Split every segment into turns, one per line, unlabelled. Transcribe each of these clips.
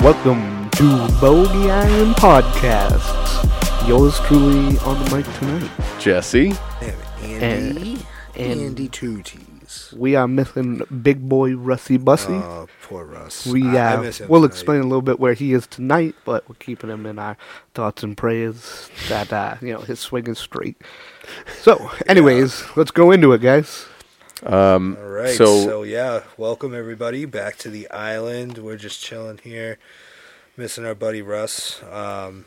Welcome to Bogey Iron Podcasts. Yours truly on the mic tonight.
Jesse.
And
And-
Andy,
and-
Andy Two T's.
We are missing Big Boy Rusty Bussy.
Oh, poor Russ.
we
I- I
uh,
miss him
we'll
tonight.
explain a little bit where he is tonight, but we're keeping him in our thoughts and prayers that uh, you know his swing is straight. So, anyways, let's go into it, guys.
Um,
All right,
So,
so, yeah, welcome everybody back to the island. We're just chilling here, missing our buddy Russ. Um,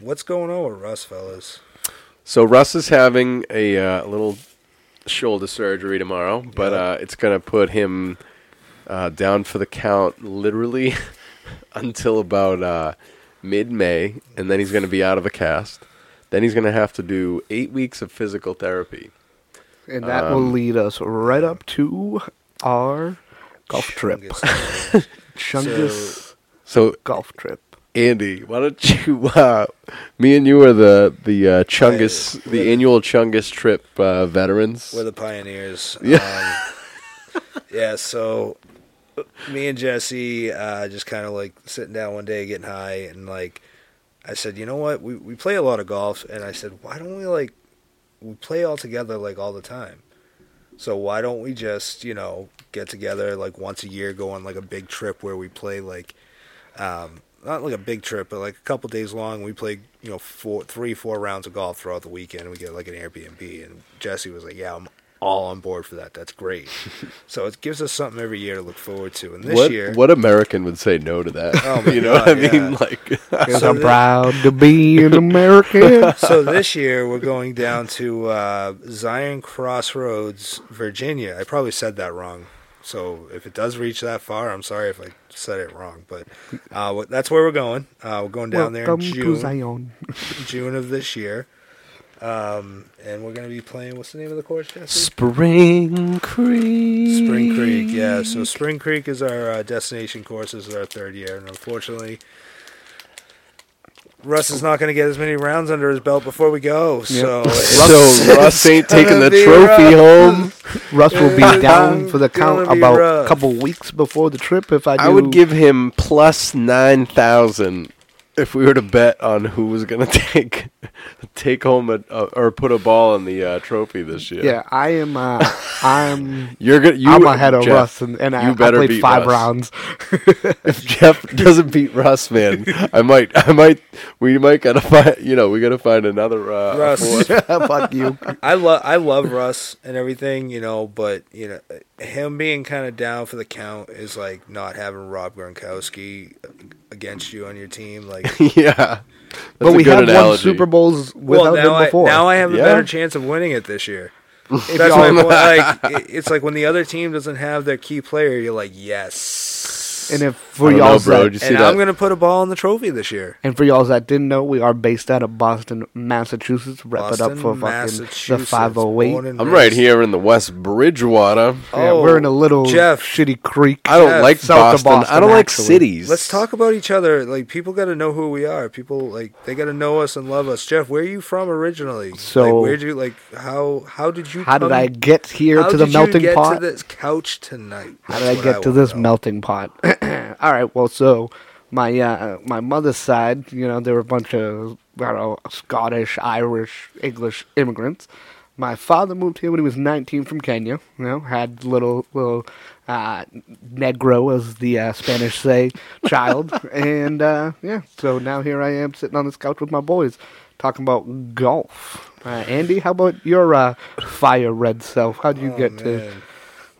what's going on with Russ, fellas?
so Russ is having a uh, little shoulder surgery tomorrow, but
Yeah.
uh, it's going to put him uh, down for the count literally until about uh, mid May, and then he's going to be out of a cast. Then he's going to have to do eight weeks of physical therapy.
And that
Um,
will lead us right up to our golf trip,
Chungus.
Chungus
So,
golf trip.
Andy, why don't you? Uh, me and you are the the uh, Chungus,
Hey,
the
we're-
annual Chungus trip uh, veterans.
We're the pioneers.
Yeah.
Um, yeah, so me and Jesse uh, just kind of like sitting down one day getting high and like I said, you know what? We we play a lot of golf and I said, why don't we like we play all together like all the time. So why don't we just, you know, get together like once a year go on like a big trip where we play like um not like a big trip, but like a couple days long. We play, you know, four, three, four rounds of golf throughout the weekend. and We get like an Airbnb, and Jesse was like, "Yeah, I'm all on board for that. That's great." so it gives us something every year to look forward to. And this
what
year,
what American would say no to that?
Oh my
you know
God,
what I mean?
yeah.
Like,
Because
So
I'm
the-
proud to be an American.
so this year we're going down to uh, Zion Crossroads, Virginia. I probably said that wrong. So if it does reach that far, I'm sorry if I said it wrong. But uh, wh- that's where we're going. Uh, we're going down there in
Welcome to
June,
Zion.
June of this year. Um, and we're going to be playing. What's the name of the course, Jesse?
Spring Creek.
Spring Creek. Yeah. So Spring Creek is our uh, destination course. This is our third year, and unfortunately. Russ is not going to get as many rounds under his belt before we go. So,
So Russ ain't taking the
Gonna be
trophy home.
Russ will be
It's
down for the
gonna
count
be
about a
rough.
couple weeks before the trip. If I do,
I would give him plus nine thousand if we were to bet on who was gonna take take home a, a or put a ball in the uh, trophy this year.
Yeah, I am. Uh, I'm.
You're gonna. You,
I'm ahead of
Jeff,
Russ, and, and I,
you
I
better
played
beat
five
Russ.
rounds.
If Jeff doesn't beat Russ, man, I might. I might. We might gotta find. You know, we gotta find another uh, a
Russ.
fourth.
Fuck you.
I love I love Russ and everything, you know, but you know, him being kind of down for the count is like not having Rob Gronkowski against you on your team. Like,
yeah. That's
but
a
we
good
have won
analogy.
Super Bowls without
well, now
him
I
before.
now I have
Yeah.
a better chance of winning it this year. That's
y'all-
my point. Like, it- it's like when the other team doesn't have their key player, you're like, yes.
and if
I
for
don't
y'all
know, bro.
that,
Did you see
and
that?
I'm gonna put a ball in the trophy this year.
and for y'all that didn't know, we are based out of Boston, Massachusetts. Wrap it up
Boston,
for fucking the
Massachusetts,
five oh
born
eight.
and
I'm right
raised.
here in the West Bridgewater.
Yeah, we're in a
Oh,
little
Jeff.
shitty creek.
I don't
Yeah,
like
south of
Boston. I don't
Boston,
like
actually.
cities.
Let's talk about each other. Like people got to know who we are. People like they got to know us and love us. Jeff, where are you from originally?
So-
like, where would you like how how did you
How did
come-
I get here
how
to the
did
melting
you get
pot?
to this couch tonight?
How did
That's
I
what
get to
wanna
this
know.
melting pot? All right, well, so my uh, my mother's side, you know, there were a bunch of I don't know Scottish, Irish, English immigrants. My father moved here when he was 19 from Kenya. You know, had little little uh, negro, as the uh, Spanish say, child, and uh, yeah. So now here I am sitting on this couch with my boys, talking about golf. Uh, Andy, how about your uh, fire red self? How would you
Oh,
get to
man.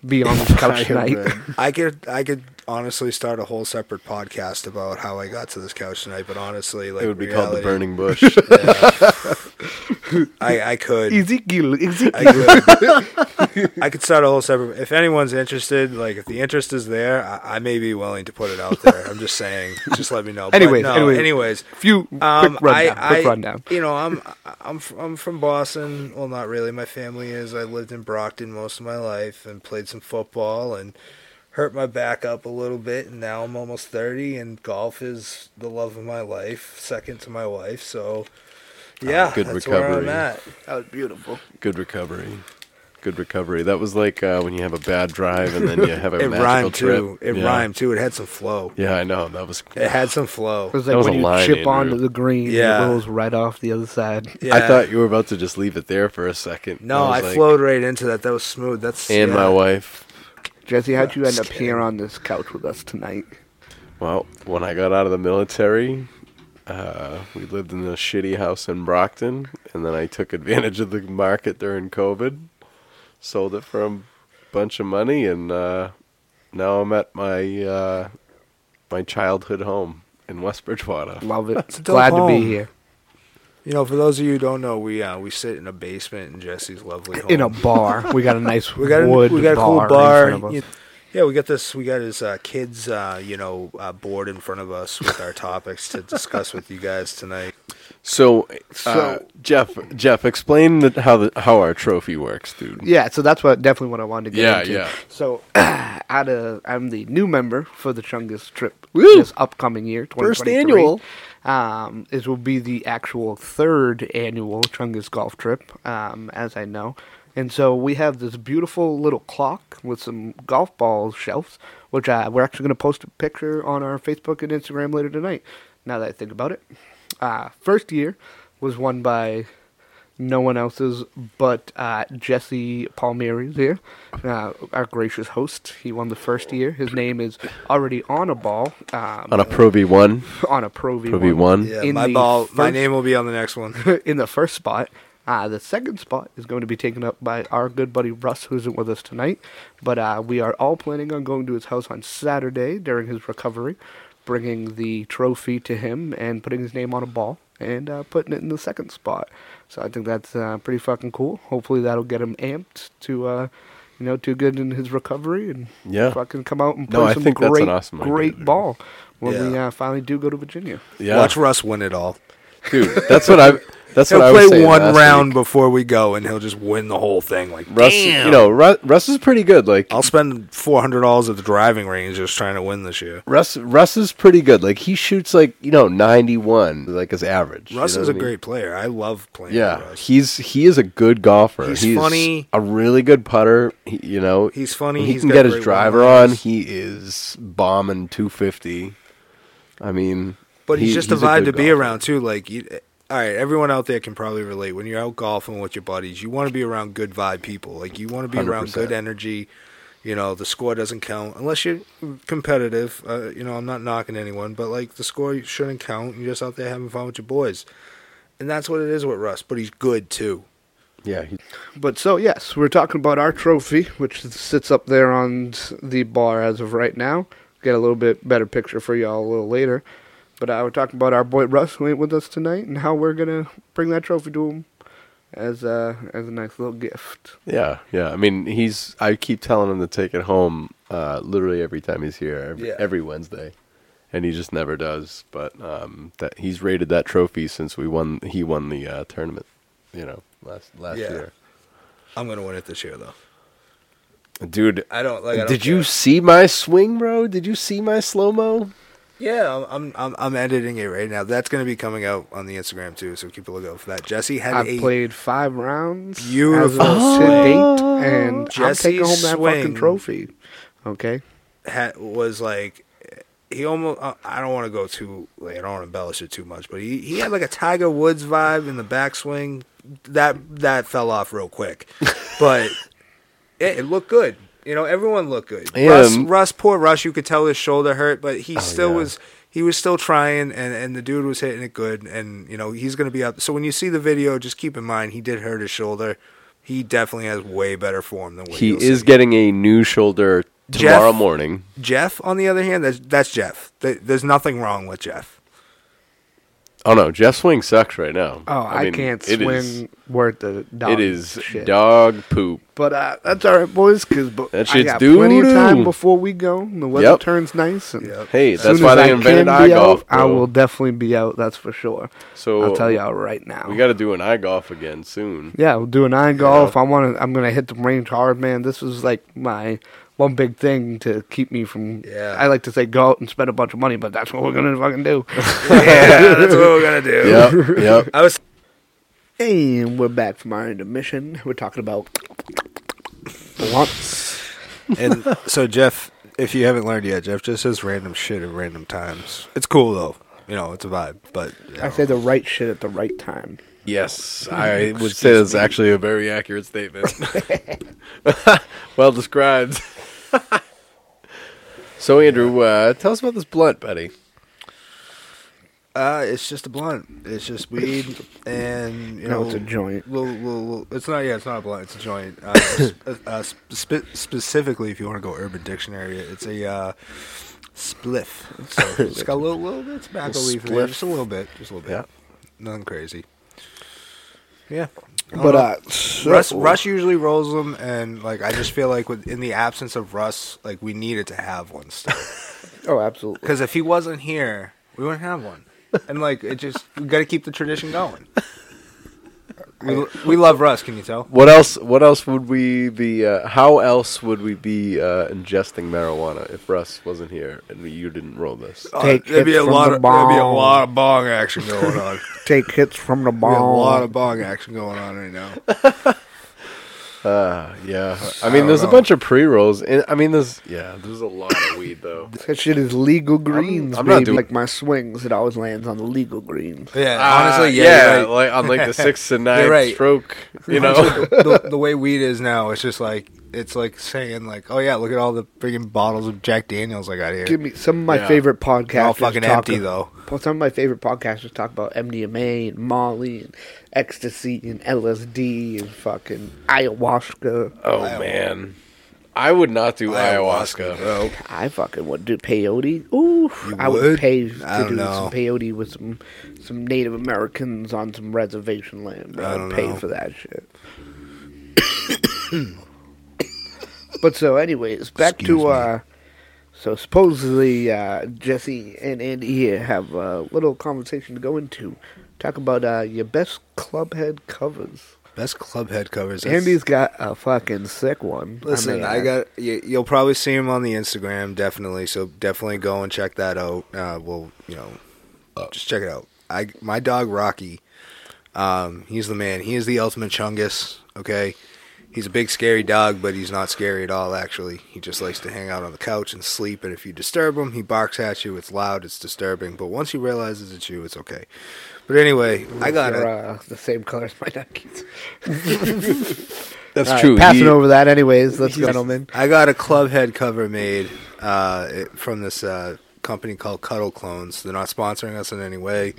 be on this couch tonight?
I could I could honestly start a whole separate podcast about how I got to this couch tonight, but honestly, like
It would be called the
reality,
Burning Bush.
I I could
Ezekiel, Ezekiel.
I could, I could start a whole separate. If anyone's interested, like if the interest is there, I, I may be willing to put it out there. I'm just saying, just let me know. But
Anyways,
no,
anyways.
anyways,
Few
um,
quick rundown.
I,
quick
I-
rundown.
You know, I'm I'm fr- I'm from Boston. Well, not really. My family is. I lived in Brockton most of my life and played some football and hurt my back up a little bit. And now I'm almost thirty, and golf is the love of my life, second to my wife. So. Yeah,
good
Ah,
that's where
recovery.
I'm at.
That was beautiful.
Good recovery. Good recovery. That was like uh, when you have a bad drive and then you have a
It
magical
rhymed
trip.
too. It
yeah.
rhymed too. It had some flow.
Yeah, I know. That was.
It had some flow.
It was like
That was
when
a
you
line,
chip
Andrew.
onto the green, it
Yeah.
rolls right off the other side.
Yeah.
I thought you were about to just leave it there for a second.
No, I,
was like,
flowed right into that. That was smooth. That's
And
yeah.
my wife.
Jesse, how'd you end
Just
up here
kidding.
on this couch with us tonight?
Well, when I got out of the military, uh, we lived in a shitty house in Brockton, and then I took advantage of the market during COVID, sold it for a bunch of money, and uh, now I'm at my uh, my childhood home in West Bridgewater.
Love it.
a dope
Glad to
home.
be here.
You know, for those of you who don't know, we uh, we sit in a basement in Jesse's lovely home.
In a bar, we got a nice
we got a,
wood
we got a cool
bar.
bar.
in front of us.
You- yeah, we got this. We got his uh, kids, uh, you know, uh, board in front of us with our topics to discuss with you guys tonight.
So, so
So-
Jeff, Jeff, explain the, how the, how our trophy works, dude.
Yeah, so that's what definitely what I wanted to get
Yeah,
into.
yeah.
So out of I'm the new member for the Chungus trip
Woo!
this upcoming year,
First
2023.
annual.
Um, this will be the actual third annual Chungus golf trip, um, as I know. And so we have this beautiful little clock with some golf ball shelves, which uh, we're actually going to post a picture on our Facebook and Instagram later tonight. Now that I think about it, uh, first year was won by no one else's but uh, Jesse Palmieri is here, uh, our gracious host. He won the first year. His name is already on a ball, um,
On a Pro V one,
on a Pro V1.
Uh, Pro V one.
Yeah,
In
my
the
ball, my
first-
name will be on the next one.
in the first spot. Uh, the second spot is going to be taken up by our good buddy Russ, who isn't with us tonight. But uh, we are all planning on going to his house on Saturday during his recovery, bringing the trophy to him and putting his name on a ball and uh, putting it in the second spot. So I think that's uh, pretty fucking cool. Hopefully that'll get him amped to, uh, you know, do good in his recovery and
Yeah.
fucking come out and
No,
play
I
some
think that's an
great,
awesome idea,
great
dude.
ball when we
Yeah.
uh, finally do go to Virginia.
Yeah,
Watch Russ win it all.
dude. That's what I. That's
He'll
what I was
play
saying
one
last
round
week.
before we go, and he'll just win the whole thing. Like,
Russ,
damn.
you know, Russ, Russ is pretty good. Like
I'll spend four hundred dollars at the driving range just trying to win this year.
Russ, Russ is pretty good. Like he shoots like you know ninety one, like his average. you
Russ
know
is
what
a
I mean?
great player. I love playing. with
Yeah,
Russ.
he's he is a good golfer.
He's funny.
a really good putter. He, you know,
He's funny,
He
he's
can
got
get his
great
driver
one-liners.
on. He is bombing two fifty. I mean,
But he's
he-
just a
good
vibe to be
golfer.
around too. Like, you, eh, all right, everyone out there can probably relate. When you're out golfing with your buddies, you want to be around good vibe people. Like, you want to be around
100%.
good energy. You know, the score doesn't count unless you're competitive. Uh, you know, I'm not knocking anyone, but like the score shouldn't count. You're just out there having fun with your boys, and that's what it is with Russ. But he's good too.
Yeah, he,
But so yes, we're talking about our trophy, which sits up there on the bar as of right now. Get a little bit better picture for y'all a little later. But uh, we're talking about our boy Russ who ain't with us tonight and how we're gonna bring that trophy to him as uh, as a nice little gift.
yeah, yeah. I mean, he's. I keep telling him to take it home. Uh, literally every time he's here, every,
Yeah.
every Wednesday, and he just never does. But um, that he's rated that trophy since we won. He won the uh, tournament. You know, last last
Yeah.
year.
I'm gonna win it this year though.
Dude,
I don't like. I don't
did you
care.
see my swing, bro? Did you see my slow mo?
Yeah, I'm, I'm I'm I'm editing it right now. That's gonna be coming out on the Instagram too. So keep a lookout for that. Jesse had
I've
a
played five rounds as
Beautiful
of to
swing.
date, and I'm
Jesse
taking home that
swing.
fucking trophy. Okay,
had, was like he almost I- I don't want to go too like I don't want to embellish it too much, but he, he had like a Tiger Woods vibe in the backswing. That that fell off real quick, but it, it looked good. You know, everyone looked good.
Yeah. Oh,
Russ, Russ, poor Russ, you could tell his shoulder hurt, but he still
yeah.
was he was still trying, and and the dude was hitting it good, and you know he's gonna be up. So when you see the video, just keep in mind he did hurt his shoulder. He definitely has way better form than what
He
you'll
is
see.
getting a new shoulder
Jeff-
tomorrow morning.
Jeff, on the other hand, that's, that's Jeff. Th- There's nothing wrong with Jeff.
Oh no, Jeff swing sucks right now.
oh, I,
mean,
can't
it
swing
is-
worth the dog.
it is
shit.
dog poop.
But uh, that's all right, boys, because bo-
That
I
shit's
got plenty of
doo-doo.
time before we go. and The weather
Yep.
turns nice. And
Yep.
Hey,
as
that's
soon
why
as
they
I
invented
can
eye
be
golf.
out, I
bro.
will definitely be out. That's for sure.
So
I'll tell y'all right now.
We got to do an eye golf again soon.
yeah, we'll do an iron golf. I want to. I'm gonna hit the range hard, man. This was like my one big thing to keep me from.
Yeah.
I like to say go out and spend a bunch of money, but that's what we're gonna fucking do.
yeah, that's what we're gonna do.
Yep, yep.
I was
and we're back from our intermission. We're talking about blunts.
And so Jeff, if you haven't learned yet, Jeff just says random shit at random times. It's cool though. You know, it's a vibe. But you
I
know.
say the right shit at the right time.
Yes, I would say that's actually a very accurate statement. well described. so, Andrew, uh, tell us about this blunt, buddy.
Uh, it's just a blunt. It's just weed, and you
No,
know,
it's a joint.
We'll, we'll, we'll- it's not. Yeah, it's not a blunt. It's a joint. Uh, s- uh, spe- specifically, if you want to go Urban Dictionary, it's a uh, spliff. So it's got a little, little bit of tobacco
A
leaf in there,
spliff.
just a little bit, just a little bit.
Yeah.
Nothing crazy. Yeah,
But
Uh,
uh, so-
Russ, Russ usually rolls them, and like I just feel like with, in the absence of Russ, like we needed to have one still.
Oh, absolutely.
Because if he wasn't here, we wouldn't have one. And like, it just we got to keep the tradition going. We, we love Russ. Can you tell?
What else? What else would we be? Uh, how else would we be uh, ingesting marijuana if Russ wasn't here and you didn't roll this?
Take
there'd be
hits
a
from
lot.
the
Of, there'd be a
bong.
lot of bong action going on.
Take hits from the
There'd be a
ball.
lot of bong action going on right now.
Uh, yeah, I mean,
I
there's
don't
a
know.
bunch of pre rolls, and I mean, there's yeah, there's a lot of weed though.
that shit is legal greens,
I'm not
baby.
doing-
like my swings, it always lands on the legal greens.
Yeah,
Ah,
Uh,
honestly, yeah, you're right.
like on like the sixth and ninth
You're right.
stroke, you know.
the, the way weed is now, it's just like it's like saying like, oh yeah, look at all the freaking bottles of Jack Daniels I got here.
Give me some of my
Yeah.
favorite
They're
podcasts.
all fucking empty though.
Well, some of my favorite podcasters talk about MDMA and Molly and ecstasy and LSD and fucking ayahuasca.
Oh
Ayahuasca.
man, I would not do ayahuasca.
bro.
I fucking would do peyote. Ooh, I would,
would?
pay
I
to
don't
do
know.
some peyote with some some Native Americans on some reservation land. bro.
I
I'd
don't
pay
know.
for that shit. but so, anyways, back
Excuse
to
me.
uh, so supposedly uh, Jesse and Andy here have a little conversation to go into. Talk about uh, your best clubhead covers.
Best club head covers. that's-
Andy's got a fucking sick one.
Listen, I,
mean, uh,
got you, you'll probably see him on the Instagram, definitely. So definitely go and check that out. Uh, well, you know, just check it out. I my dog Rocky, um, he's the man. He is the ultimate chungus. Okay, he's a big scary dog, but he's not scary at all. Actually, he just likes to hang out on the couch and sleep. And if you disturb him, he barks at you. It's loud. It's disturbing. But once he realizes it's you, it's okay. But anyway, I got
They're,
it.
uh, the same color as my duckies.
That's
All right,
true.
Passing
He-
over that, anyways. Let's gentlemen.
I got a club head cover made uh, it- from this uh, company called Cuddle Clones. They're not sponsoring us in any way.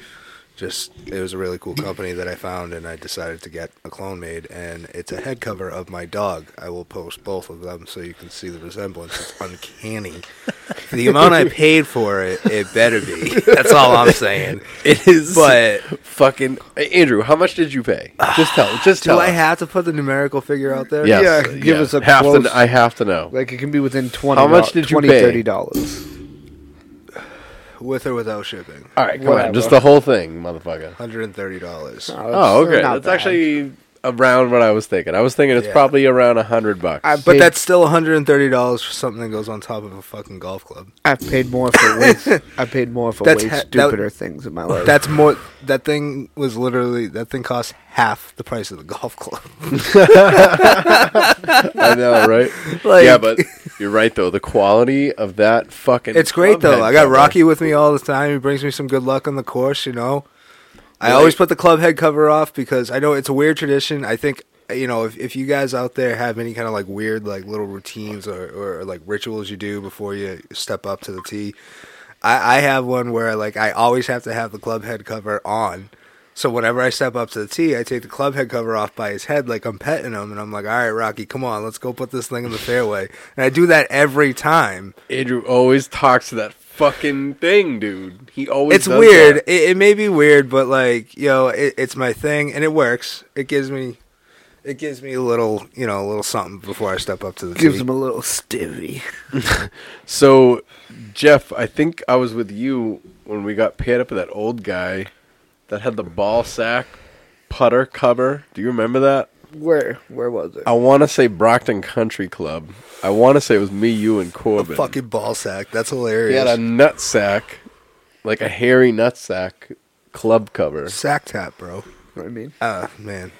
Just it was a really cool company that I found, and I decided to get a clone made, and it's a head cover of my dog. I will post both of them so you can see the resemblance. It's uncanny. For the amount I paid for it, it better be. That's all I'm saying.
It is,
But-
fucking Andrew, how much did you pay? Just tell, just
Do
tell.
I
us.
have to put the numerical figure out there?
Yes,
Yeah, give us a
have
close-
To, I have to know.
Like it can be within twenty.
How much did you
20,
pay? Oh,
Thirty dollars.
With or without shipping,
All right, come
whatever.
on, just the whole thing, motherfucker.
hundred and thirty dollars.
uh,
Oh, okay, that's actually around what I was thinking. I was thinking it's
Yeah.
probably around a hundred bucks.
I-
But
Big-
that's still $130 for something that goes on top of a fucking golf club.
I've paid more for ways. I paid more for
That's
way
ha- that-
stupider things in my life.
That's more. That thing was literally. That thing cost half the price of the golf club.
I know, right?
Like-
yeah, but you're right though. The quality of that fucking
It's great
club
though.
head
I got
cover-
Rocky with me all the time. He brings me some good luck on the course. You know, I
Really?
always put the club head cover off because I know it's a weird tradition. I think you know if, if you guys out there have any kind of like weird like little routines or, or like rituals you do before you step up to the tee. I, I have one where like I always have to have the club head cover on. So whenever I step up to the tee, I take the club head cover off by his head like I'm petting him and I'm like, "All right, Rocky, come on, let's go put this thing in the fairway." And I do that every time.
Andrew always talks to that fucking thing, dude. He always.
it's
does
weird.
that.
It, it may be weird, but like yo, it, it's my thing, and it works. It gives me, it gives me a little, you know, a little something before I step up to the
gives
tee.
him a little stivvy.
So, Jeff, I think I was with you when we got paired up with that old guy that had the ball sack putter cover. Do you remember that?
Where where was it?
I want to say Brockton Country Club. I want to say it was me, you, and Corbin.
fucking ball sack. That's
he
hilarious.
had a nut sack, like a hairy nut sack club cover.
sack tap, bro.
You know what I mean,
Ah man,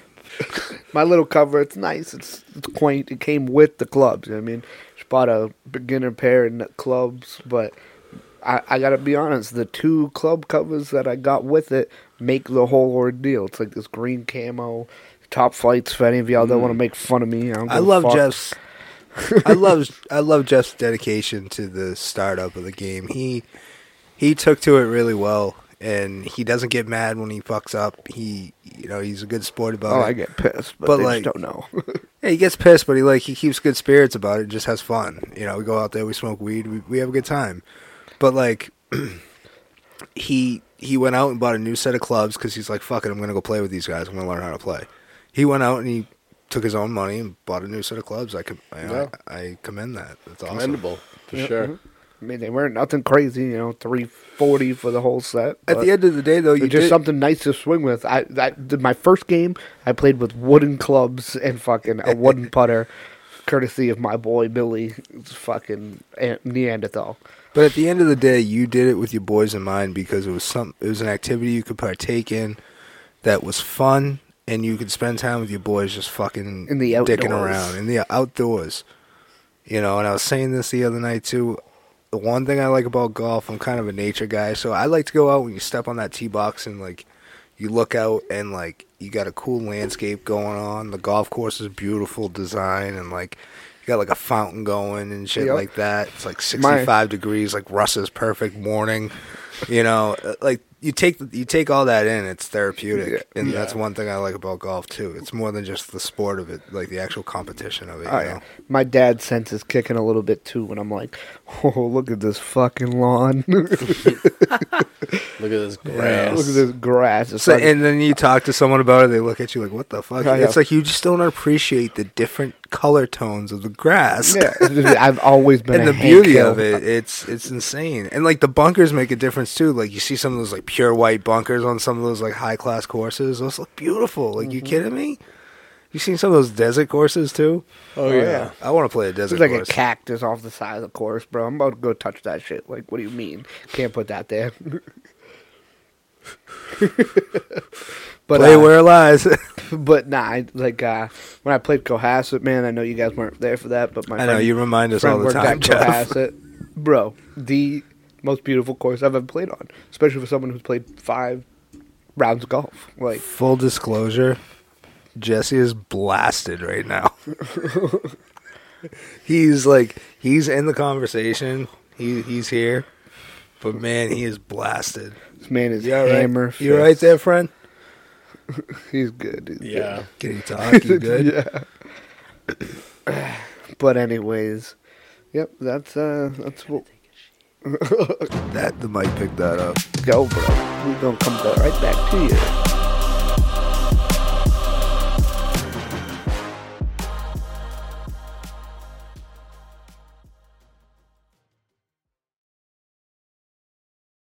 my little cover. It's nice. It's, it's quaint. It came with the clubs. you know what I mean, she bought a beginner pair and the clubs, but I, I gotta be honest. The two club covers that I got with it make the whole ordeal. It's like this green camo. Top flights for any of y'all that want to make fun of me. I, don't
Mm. I
give a
love
fuck.
Jeff's. I love I love Jeff's dedication to the startup of the game. He he took to it really well, and he doesn't get mad when he fucks up. He you know he's a good sport about
Oh,
it.
I get pissed, but,
But,
they
like-
just don't know.
Yeah, he gets pissed, but he like he keeps good spirits about it. and Just has fun. You know, we go out there, we smoke weed, we, we have a good time. But like, he he went out and bought a new set of clubs because he's like, "Fuck it, I'm gonna go play with these guys. I'm gonna learn how to play." He went out and he took his own money and bought a new set of clubs. I com- I,
Yeah.
I, I commend that. That's awesome.
Commendable for sure.
I mean, they weren't nothing crazy, you know, three forty for the whole set.
At the end of the day, though, you
just
did-
something nice to swing with. I, I did my first game. I played with wooden clubs and fucking a wooden putter, courtesy of my boy Billy, fucking eh, Neanderthal.
But at the end of the day, you did it with your boys in mind because it was some it was an activity you could partake in that was fun and you could spend time with your boys just fucking
In the
dicking
outdoors.
around in the outdoors. You know, and I was saying this the other night too. The one thing I like about golf, I'm kind of a nature guy, so I like to go out when you step on that tee box and like you look out and like you got a cool landscape going on. The golf course is beautiful design and like you got like a fountain going and shit
Yep.
like that. It's like
My-
65 degrees like Russ's perfect morning. You know, uh, like you take you take all that in. It's therapeutic, and that's one thing I like about golf too. It's more than just the sport of it, like the actual competition of it. You
Oh,
know?
yeah. My dad's sense is kicking a little bit too when I'm like, oh, look at this fucking lawn. look at
Look at this grass.
this grass. It's
So,
like-
and then you talk to someone about it, they look at you like, "What the fuck?"
Oh, yeah.
It's like you just don't appreciate the different color tones of the grass.
yeah, I've always been
and
a
the
hand
beauty
kill.
of it it's it's insane and like the bunkers make a difference too like you see some of those like pure white bunkers on some of those like high class courses those look beautiful like
Mm-hmm.
you kidding me you seen some of those desert courses too
Oh, yeah. yeah.
i want to play a desert
It's like
course
a cactus off the side of the course, bro. I'm about to go touch that shit. Like, what do you mean? Can't put that there. but
play
uh,
where it lies
but nah, I, like uh, when I played Cohasset, man, I know you guys weren't there for that, but my
i know
friend-
you remind us
friend
all the
worked at
time jeff
Cohasset, bro. The most beautiful course I've ever played on, especially for someone who's played five rounds of golf. Like,
full disclosure jesse is blasted right now he's like he's in the conversation he, he's here but man he is blasted
this man is
You all right?
hammer.
You right
fist.
there, friend?
He's good. He's good.
Yeah.
Can you talk? You good?
yeah. but anyways, yep, that's uh that's what
That the mic picked that up.
go bro. We're gonna come right back to you.